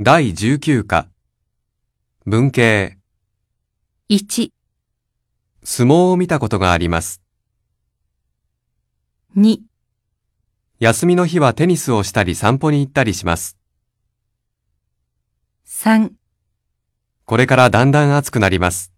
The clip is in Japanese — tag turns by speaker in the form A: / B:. A: 第19課。文系、
B: 1、
A: 相撲を見たことがあります。
B: 2、
A: 休みの日はテニスをしたり散歩に行ったりします。
B: 3
A: これからだんだん暑くなります。